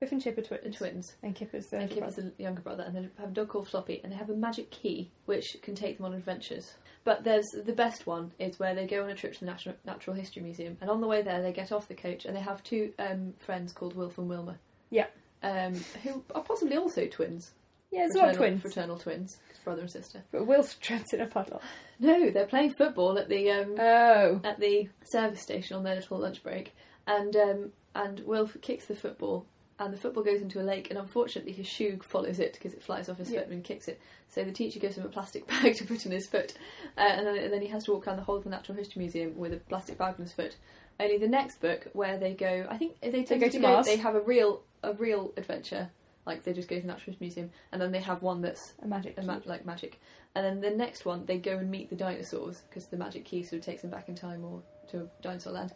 Speaker 2: biff and chip are twins
Speaker 3: and twins.
Speaker 2: and kip is the
Speaker 3: And
Speaker 2: elder
Speaker 3: Kip is
Speaker 2: brother.
Speaker 3: the younger brother, and they have a dog called Floppy, and they have a magic key which can take them on adventures. But there's the best one is where they go on a trip to the Natural, Natural History Museum, and on the way there they get off the coach, and they have two um, friends called Wilf and Wilma.
Speaker 2: Yeah.
Speaker 3: Um, who are possibly also twins.
Speaker 2: yeah it's a lot of
Speaker 3: Fraternal-
Speaker 2: twins
Speaker 3: Fraternal twins, brother and sister.
Speaker 2: but will treads in a puddle
Speaker 3: No, they're playing football at the um,
Speaker 2: oh
Speaker 3: at the service station on their little lunch break, and um, and Wilf kicks the football, and the football goes into a lake, and unfortunately his shoe follows it because it flies off his
Speaker 2: Yeah.
Speaker 3: foot and kicks it. So the teacher gives him a plastic bag to put in his foot, uh, and, then, and then he has to walk around the whole of the Natural History Museum with a plastic bag on his foot. Only the next book where they go, I think they, tend
Speaker 2: go to Mars.
Speaker 3: They have a real a real adventure Like they just go to the Naturalist Museum, and then they have one that's
Speaker 2: A magic.
Speaker 3: a ma- like magic, and then the next one they go and meet the dinosaurs because the magic key sort of takes them back in time or to dinosaur land.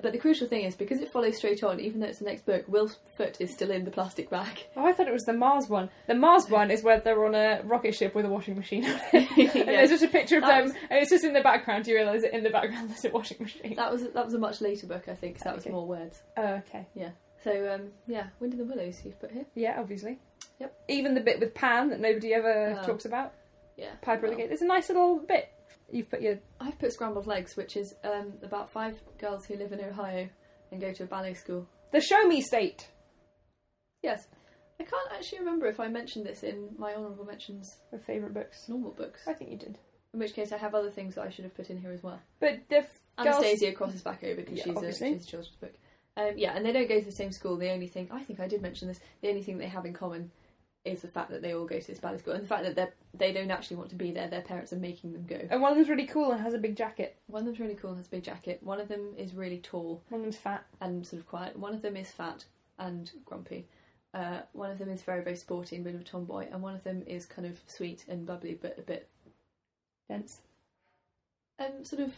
Speaker 3: But the crucial thing is because it follows straight on, even though it's the next book, Will's foot is still in the plastic bag.
Speaker 2: Oh, I thought it was the Mars one. The Mars one is where they're on a rocket ship with a washing machine. on it. And
Speaker 3: Yeah.
Speaker 2: there's just a picture of
Speaker 3: That
Speaker 2: them, and it's just in the background. You realise that in the background there's a washing machine.
Speaker 3: That was that was a much later book, I think, 'cause that was
Speaker 2: Okay.
Speaker 3: more words.
Speaker 2: Oh, okay.
Speaker 3: So um, yeah, Wind in the Willows you've put here.
Speaker 2: Yeah, obviously.
Speaker 3: Yep.
Speaker 2: Even the bit with Pan that nobody ever
Speaker 3: Oh.
Speaker 2: talks about.
Speaker 3: Yeah,
Speaker 2: Piper at
Speaker 3: well.
Speaker 2: the gate. There's a nice little bit. You've put your
Speaker 3: I've put Scrambled Legs, which is um, about five girls who live in Ohio and go to a ballet school.
Speaker 2: the show me state.
Speaker 3: Yes. I can't actually remember if I mentioned this in my honourable mentions
Speaker 2: of favourite books.
Speaker 3: normal books.
Speaker 2: I think you did.
Speaker 3: In which case, I have other things that I should have put in here as well.
Speaker 2: But the f- girls,
Speaker 3: Anastasia crosses back over because
Speaker 2: Yeah,
Speaker 3: she's, a, she's
Speaker 2: obviously.
Speaker 3: a children's book. Um, yeah, and they don't go to the same school. The only thing I think I did mention this. The only thing they have in common is the fact that they all go to this ballet school and the fact that they they don't actually want to be there. Their parents are making them go.
Speaker 2: and one of them's really cool and has a big jacket.
Speaker 3: One of them's really cool and has a big jacket. One of them is really tall
Speaker 2: One of them's fat.
Speaker 3: and sort of quiet. One of them is fat and grumpy. Uh, one of them is very, very sporty and a bit of a tomboy. And one of them is kind of sweet and bubbly, but a bit
Speaker 2: Dense.
Speaker 3: um, sort of,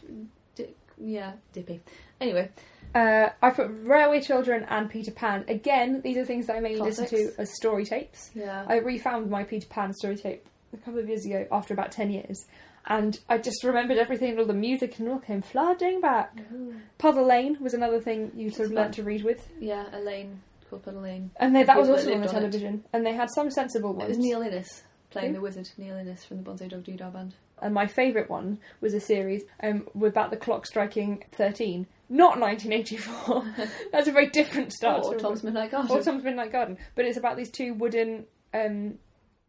Speaker 3: di- yeah, dippy. Anyway,
Speaker 2: Uh, I put Railway Children and Peter Pan. Again, these are things that I mainly listen
Speaker 3: Classics.
Speaker 2: to as story tapes.
Speaker 3: yeah,
Speaker 2: I refound my Peter Pan story tape a couple of years ago after about 10 years. And I just remembered everything, and all the music and all came flooding back. Puddle Lane was another thing you sort of
Speaker 3: That's
Speaker 2: learnt to read with.
Speaker 3: yeah, Elaine called Puddle Lane.
Speaker 2: And they, that was
Speaker 3: People that
Speaker 2: also on the
Speaker 3: lived on it.
Speaker 2: television. And they had some sensible ones.
Speaker 3: It was Neil Innes playing
Speaker 2: Who?
Speaker 3: the wizard, Neil Innes from the Bonzo Dog Doodah Band.
Speaker 2: and Uh, my favourite one was a series um, about the clock striking 13. Not 1984. That's a very different start.
Speaker 3: or
Speaker 2: to-
Speaker 3: Tom's Midnight Garden.
Speaker 2: or Tom's Midnight Garden. But it's about these two wooden um,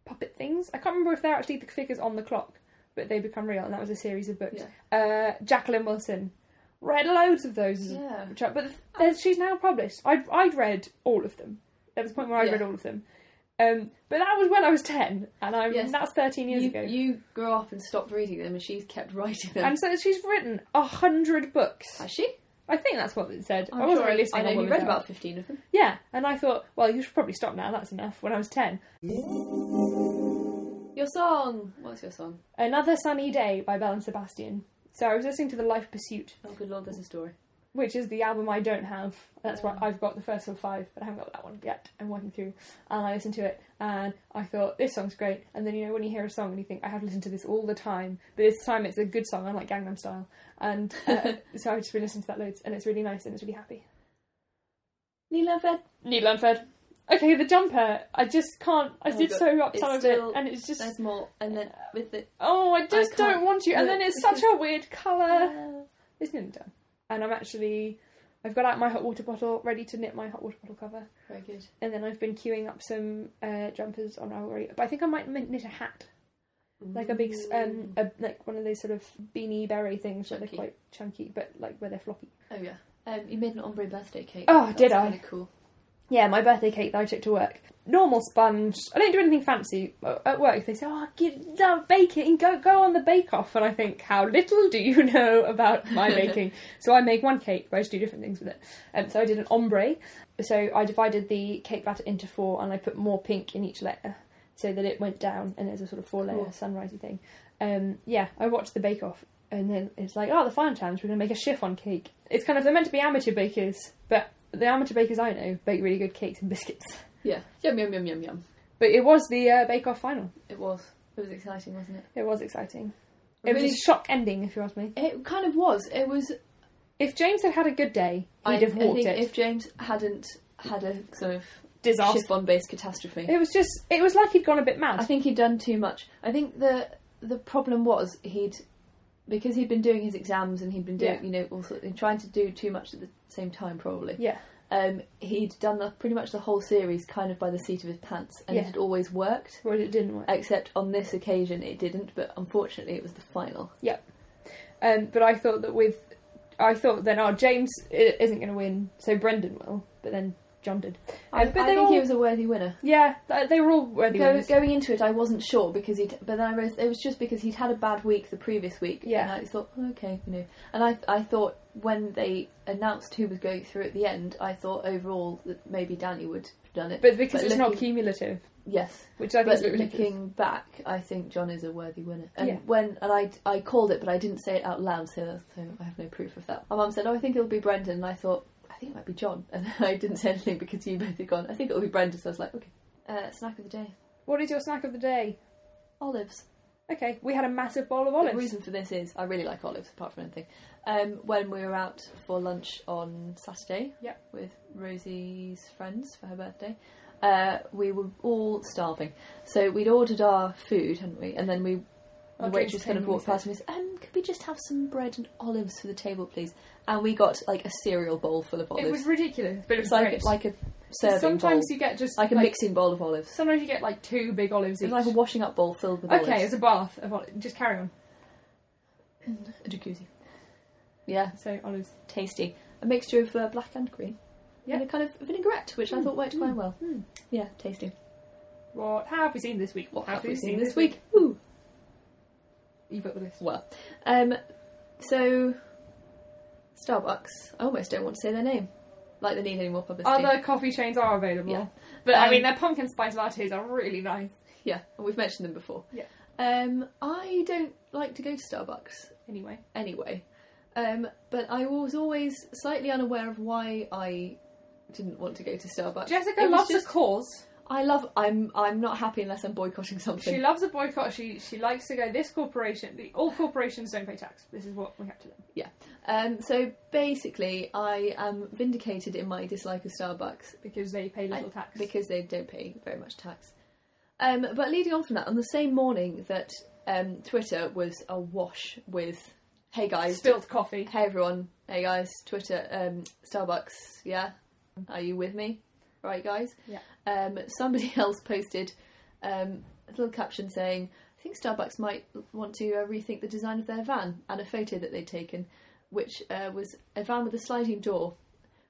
Speaker 2: puppet things. I can't remember if they're actually the figures on the clock, but they become real. And that was a series of books. Uh, Jacqueline Wilson. Read loads of those as a
Speaker 3: yeah.
Speaker 2: child, but there's- she's now published. I'd, I'd read all of them. There was a point where I
Speaker 3: Yeah.
Speaker 2: read all of them. Um, but that was when I was 10, and I'm,
Speaker 3: Yes.
Speaker 2: that's 13 years
Speaker 3: You,
Speaker 2: ago.
Speaker 3: you grew up and stopped reading them, and she's kept writing them.
Speaker 2: And so she's written a hundred books.
Speaker 3: Has she?
Speaker 2: I think that's what it said.
Speaker 3: I'm
Speaker 2: I wasn't
Speaker 3: sure
Speaker 2: really listening.
Speaker 3: I
Speaker 2: on
Speaker 3: know you
Speaker 2: Woman's
Speaker 3: read
Speaker 2: Hour.
Speaker 3: about 15 of them.
Speaker 2: Yeah, and I thought, well, you should probably stop now. That's enough. When I was ten,
Speaker 3: Your song! What's your song?
Speaker 2: another sunny day by Belle and Sebastian. So I was listening to the Life Pursuit,
Speaker 3: Oh, good lord, there's a story.
Speaker 2: which is the album I don't have. That's why I've got the first sort of five, but I haven't got that one yet. I'm working through, and I listened to it, and I thought this song's great. And then you know when you hear a song and you think I have listened to this all the time, but this time it's a good song, unlike Gangnam Style. And uh, so I've just been listening to that loads, and it's really nice and it's really happy.
Speaker 3: Leela Fed.
Speaker 2: Neil Unfed. Okay, the jumper. I just can't. I
Speaker 3: Oh
Speaker 2: did
Speaker 3: God,
Speaker 2: so up
Speaker 3: it's
Speaker 2: some of it,
Speaker 3: still-
Speaker 2: and it's just.
Speaker 3: There's more, and then with the
Speaker 2: Oh, I just
Speaker 3: can't
Speaker 2: don't want you. And
Speaker 3: do
Speaker 2: then
Speaker 3: it
Speaker 2: it's such
Speaker 3: because-
Speaker 2: a weird colour.
Speaker 3: uh,
Speaker 2: It's nearly done. And I'm actually. I've got out my hot water bottle, ready to knit my hot water bottle cover.
Speaker 3: very good.
Speaker 2: And then I've been queuing up some uh, jumpers on Ravelry. But I think I might knit knit a hat. Like a big. s- um, a, Like one of those sort of beanie berry things that
Speaker 3: Chunky.
Speaker 2: are quite chunky, but like where they're floppy.
Speaker 3: oh yeah. Um, you made an ombre birthday cake.
Speaker 2: Oh,
Speaker 3: That's
Speaker 2: did I?
Speaker 3: Kind of cool.
Speaker 2: Yeah, my birthday cake that I took to work. Normal sponge. I don't do anything fancy Uh, at work. They say, "Oh, get, no, bake it and go go on the bake off." And I think, how little do you know about my baking? so I make one cake, but I just do different things with it. Um, so I did an ombre. So I divided the cake batter into four, and I put more pink in each layer, so that it went down, and there's a sort of four-layer
Speaker 3: Cool.
Speaker 2: sunrisey thing. Um, yeah, I watched the bake off, and then it's like, "Oh, the final challenge. We're going to make a chiffon cake." It's kind of they're meant to be amateur bakers, but the amateur bakers I know bake really good cakes and biscuits.
Speaker 3: Yeah. Yum yum yum yum yum.
Speaker 2: But it was the uh, Bake Off final.
Speaker 3: It was. It was exciting, wasn't it?
Speaker 2: It was exciting.
Speaker 3: It
Speaker 2: It
Speaker 3: really-
Speaker 2: was a shock ending, if you ask me.
Speaker 3: It kind of was. It was.
Speaker 2: If James had had a good day, he'd
Speaker 3: I,
Speaker 2: have
Speaker 3: I
Speaker 2: walked
Speaker 3: think
Speaker 2: it.
Speaker 3: if James hadn't had a sort of
Speaker 2: Disaster.
Speaker 3: chiffon-based catastrophe,
Speaker 2: It was just. It was like he'd gone a bit mad.
Speaker 3: I think he'd done too much. I think the the problem was he'd because he'd been doing his exams and he'd been doing
Speaker 2: Yeah.
Speaker 3: you know all sort and trying to do too much at the same time probably.
Speaker 2: yeah,
Speaker 3: Um, he'd done the, pretty much the whole series kind of by the seat of his pants, and
Speaker 2: Yeah.
Speaker 3: it had always worked.
Speaker 2: whereas it didn't work.
Speaker 3: Except on this occasion, it didn't. But unfortunately, it was the final.
Speaker 2: Um, but I thought that with, I thought then, oh, James i- isn't going to win, so Brendan will. But then John did.
Speaker 3: I,
Speaker 2: Um, but
Speaker 3: I
Speaker 2: they
Speaker 3: think
Speaker 2: all-
Speaker 3: he was a worthy winner.
Speaker 2: Yeah, th- they were all worthy
Speaker 3: Go,
Speaker 2: winners.
Speaker 3: going into it, I wasn't sure because he. But then I realized it was just because he'd had a bad week the previous week.
Speaker 2: Yeah.
Speaker 3: And I just thought, "Oh, okay, you know. And I, I thought when they announced who was going through at the end, I thought overall that maybe Danny would have done it.
Speaker 2: But because
Speaker 3: but
Speaker 2: it's not
Speaker 3: looking-
Speaker 2: cumulative,
Speaker 3: yes.
Speaker 2: which I think
Speaker 3: But
Speaker 2: is a bit ridiculous.
Speaker 3: looking back, I think John is a worthy winner. And
Speaker 2: Yeah.
Speaker 3: when and I I called it, but I didn't say it out loud, so so I have no proof of that. My mum said, "Oh, I think it'll be Brendan," and I thought, "I think it might be John," and I didn't say anything because you both had gone. I think it'll be Brendan, so I was like, "Okay." Uh, snack of the day:
Speaker 1: What is your snack of the day?
Speaker 3: olives.
Speaker 1: Okay, we had a massive bowl of
Speaker 3: The
Speaker 1: olives.
Speaker 3: reason for this is I really like olives, apart from anything. Um, when we were out for lunch on Saturday
Speaker 2: Yep.
Speaker 3: with Rosie's friends for her birthday, uh, we were all starving. So we'd ordered our food, hadn't we? And then we,
Speaker 2: Our
Speaker 3: the
Speaker 2: drinks
Speaker 3: waitress kind of
Speaker 2: came, we
Speaker 3: walked past and we said, um, could we just have some bread and olives for the table, please? And we got like a cereal bowl full of olives.
Speaker 2: It was ridiculous, but it was
Speaker 3: It's like,
Speaker 2: great.
Speaker 3: like a serving
Speaker 2: sometimes
Speaker 3: bowl.
Speaker 2: you get just
Speaker 3: like a mixing bowl of olives.
Speaker 2: Sometimes you get like two big olives
Speaker 3: It's
Speaker 2: each.
Speaker 3: like a washing up bowl filled with
Speaker 2: okay, it's
Speaker 3: olives.
Speaker 2: a bath of olives. Just carry on.
Speaker 3: A jacuzzi. Yeah,
Speaker 2: So olives.
Speaker 3: tasty. A mixture of uh, black and green.
Speaker 2: Yeah. Hmm.
Speaker 3: And a kind of vinaigrette, which I thought worked quite well.
Speaker 2: mm.
Speaker 3: Yeah, tasty.
Speaker 2: What have we seen this week? What have, we seen, this week?
Speaker 3: Ooh.
Speaker 2: You've got the list.
Speaker 3: Well, um, so Starbucks. I almost don't want to say their name. Like they need any more publicity.
Speaker 2: Other coffee chains are available,
Speaker 3: Yeah.
Speaker 2: but I
Speaker 3: Um,
Speaker 2: mean their pumpkin spice lattes are really nice.
Speaker 3: Yeah, and we've mentioned them before.
Speaker 2: Yeah.
Speaker 3: Um, I don't like to go to Starbucks
Speaker 2: Anyway,
Speaker 3: anyway, um, but I was always slightly unaware of why I didn't want to go to Starbucks.
Speaker 2: Jessica
Speaker 3: It was
Speaker 2: loves
Speaker 3: just-
Speaker 2: a cause.
Speaker 3: I love. I'm. I'm not happy unless I'm boycotting something.
Speaker 2: She loves a boycott. She she likes to go. This corporation, the, all corporations don't pay tax. This is what we have to learn.
Speaker 3: Um, so basically, I am vindicated in my dislike of Starbucks
Speaker 2: because they pay little
Speaker 3: I-
Speaker 2: tax.
Speaker 3: because they don't pay very much tax. Um, but leading on from that, on the same morning that um, Twitter was awash with, hey guys,
Speaker 2: Spilled coffee.
Speaker 3: hey everyone, hey guys, Twitter, um, Starbucks, yeah, are you with me? Right, guys?
Speaker 2: Yeah.
Speaker 3: Um, somebody else posted um, a little caption saying, I think Starbucks might want to uh, rethink the design of their van, and a photo that they'd taken, which uh, was a van with a sliding door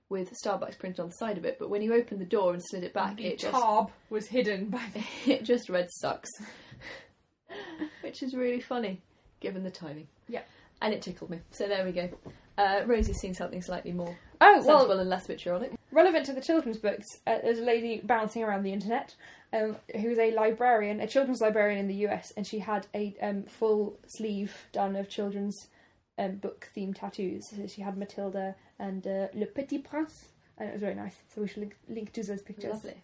Speaker 3: with Starbucks printed on the side of it, but when you opened the door and slid it back,
Speaker 2: The
Speaker 3: it just
Speaker 2: tarb was hidden by the
Speaker 3: it just read sucks, which is really funny given the timing.
Speaker 2: Yeah.
Speaker 3: and it tickled me. So there we go. Uh, Rosie's seen something slightly more
Speaker 2: Oh
Speaker 3: sensible and less vitriolic.
Speaker 1: relevant to the children's books, uh, there's a lady bouncing around the internet um, who's a librarian, a children's librarian in the US, and she had a um, full sleeve done of children's um, book themed tattoos. So she had Matilda and uh, Le Petit Prince, and it was very nice. So we should link, link to those pictures.
Speaker 3: Lovely.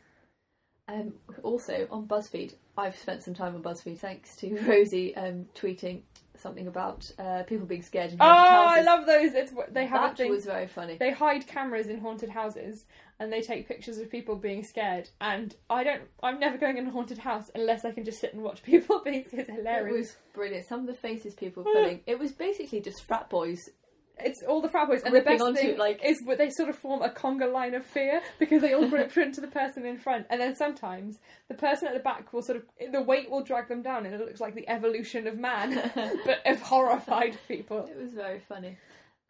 Speaker 3: Um, also on BuzzFeed, I've spent some time on BuzzFeed thanks to Rosie um, tweeting something about uh, people being scared in
Speaker 1: Oh,
Speaker 3: haunted houses.
Speaker 1: I love those. It's, what- they have a
Speaker 3: that.
Speaker 1: thing.
Speaker 3: was very funny.
Speaker 1: They hide cameras in haunted houses and they take pictures of people being scared. And I don't. I'm never going in a haunted house unless I can just sit and watch people being scared. It's
Speaker 3: It
Speaker 1: hilarious.
Speaker 3: was brilliant. Some of the faces people were putting. It was basically just frat boys.
Speaker 1: It's all the frat boys, and the
Speaker 3: Gripping
Speaker 1: best
Speaker 3: onto,
Speaker 1: thing
Speaker 3: like-
Speaker 1: is what they sort of form a conga line of fear because they all grip into the person in front, and then sometimes the person at the back will sort of the weight will drag them down, and it looks like the evolution of man, but of horrified people.
Speaker 3: It was very funny.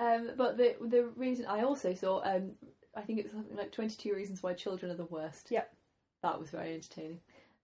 Speaker 3: Um, but the the reason I also saw, um, I think it was something like twenty two reasons why children are the worst.
Speaker 1: Yep.
Speaker 3: that was very entertaining.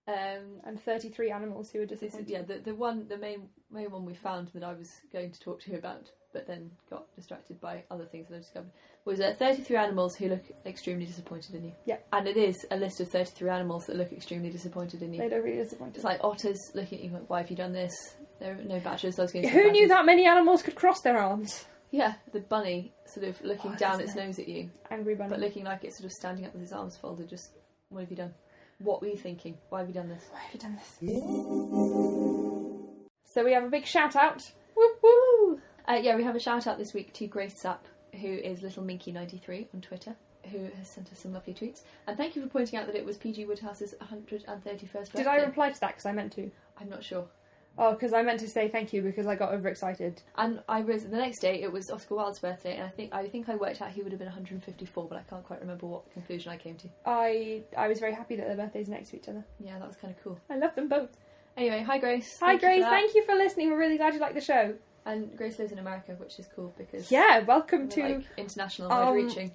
Speaker 3: Um,
Speaker 1: And 33 animals who are
Speaker 3: this is
Speaker 1: disappointed.
Speaker 3: yeah the, the one the main main one we found that I was going to talk to you about, but then got distracted by other things that I discovered was uh, thirty three animals who look extremely disappointed in you.
Speaker 1: Yep.
Speaker 3: and it is a list of thirty three animals that look extremely disappointed in you.
Speaker 1: They're really disappointed.
Speaker 3: It's like otters looking at you like, why have you done this? There are no badgers. I was going to say
Speaker 1: Who knew
Speaker 3: badgers.
Speaker 1: that many animals could cross their arms?
Speaker 3: Yeah, the bunny sort of looking
Speaker 1: Oh,
Speaker 3: down
Speaker 1: isn't
Speaker 3: its
Speaker 1: it?
Speaker 3: nose at you,
Speaker 1: Angry bunny.
Speaker 3: but looking like it's sort of standing up with its arms folded. Just what have you done? What were you thinking? Why have you done this?
Speaker 1: Why have you done this? So we have a big shout out. Whoop woo!
Speaker 3: Uh, yeah, we have a shout out this week to Grace Sapp, who is Little Minky93 on Twitter, who has sent us some lovely tweets. And thank you for pointing out that it was PG Woodhouse's 131st birthday.
Speaker 1: Did I reply to that? Because I meant to.
Speaker 3: I'm not sure.
Speaker 1: Oh, because I meant to say thank you because I got overexcited.
Speaker 3: And I was the next day. It was Oscar Wilde's birthday, and I think I think I worked out he would have been 154, but I can't quite remember what conclusion I came to.
Speaker 1: I I was very happy that their birthdays are next to each other.
Speaker 3: Yeah, that was kind of cool.
Speaker 1: I love them both.
Speaker 3: Anyway, hi Grace.
Speaker 1: Hi
Speaker 3: Thank you for
Speaker 1: Grace,
Speaker 3: that.
Speaker 1: thank you for listening. We're really glad you like the show.
Speaker 3: And Grace lives in America, which is cool because
Speaker 1: Yeah, welcome
Speaker 3: we're,
Speaker 1: to
Speaker 3: like international
Speaker 1: um,
Speaker 3: wide reaching.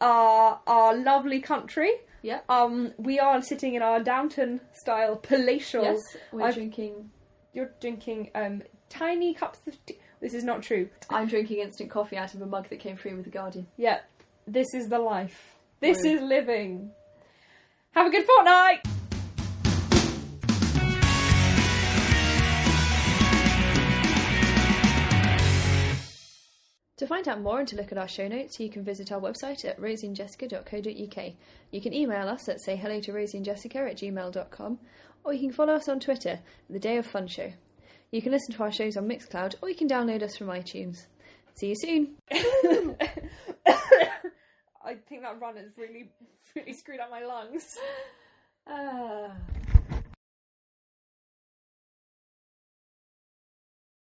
Speaker 2: our our lovely country.
Speaker 3: Yeah.
Speaker 2: Um, we are sitting in our Downton style palatial.
Speaker 3: Yes, we're
Speaker 2: I've-
Speaker 3: drinking.
Speaker 2: You're drinking um tiny cups of tea. This is not true.
Speaker 3: I'm drinking instant coffee out of a mug that came free with the Guardian.
Speaker 2: Yeah. This is the life. This
Speaker 3: Rude.
Speaker 2: is living. Have a good fortnight.
Speaker 3: To find out more and to look at our show notes, you can visit our website at rosieandjessica.co.uk. You can email us at sayhello to rosieandjessica at gmail.com, or you can follow us on Twitter at the Day of Fun Show. You can listen to our shows on Mixcloud, or you can download us from iTunes. See you soon!
Speaker 2: I think that run has really really screwed up my lungs.
Speaker 3: Uh,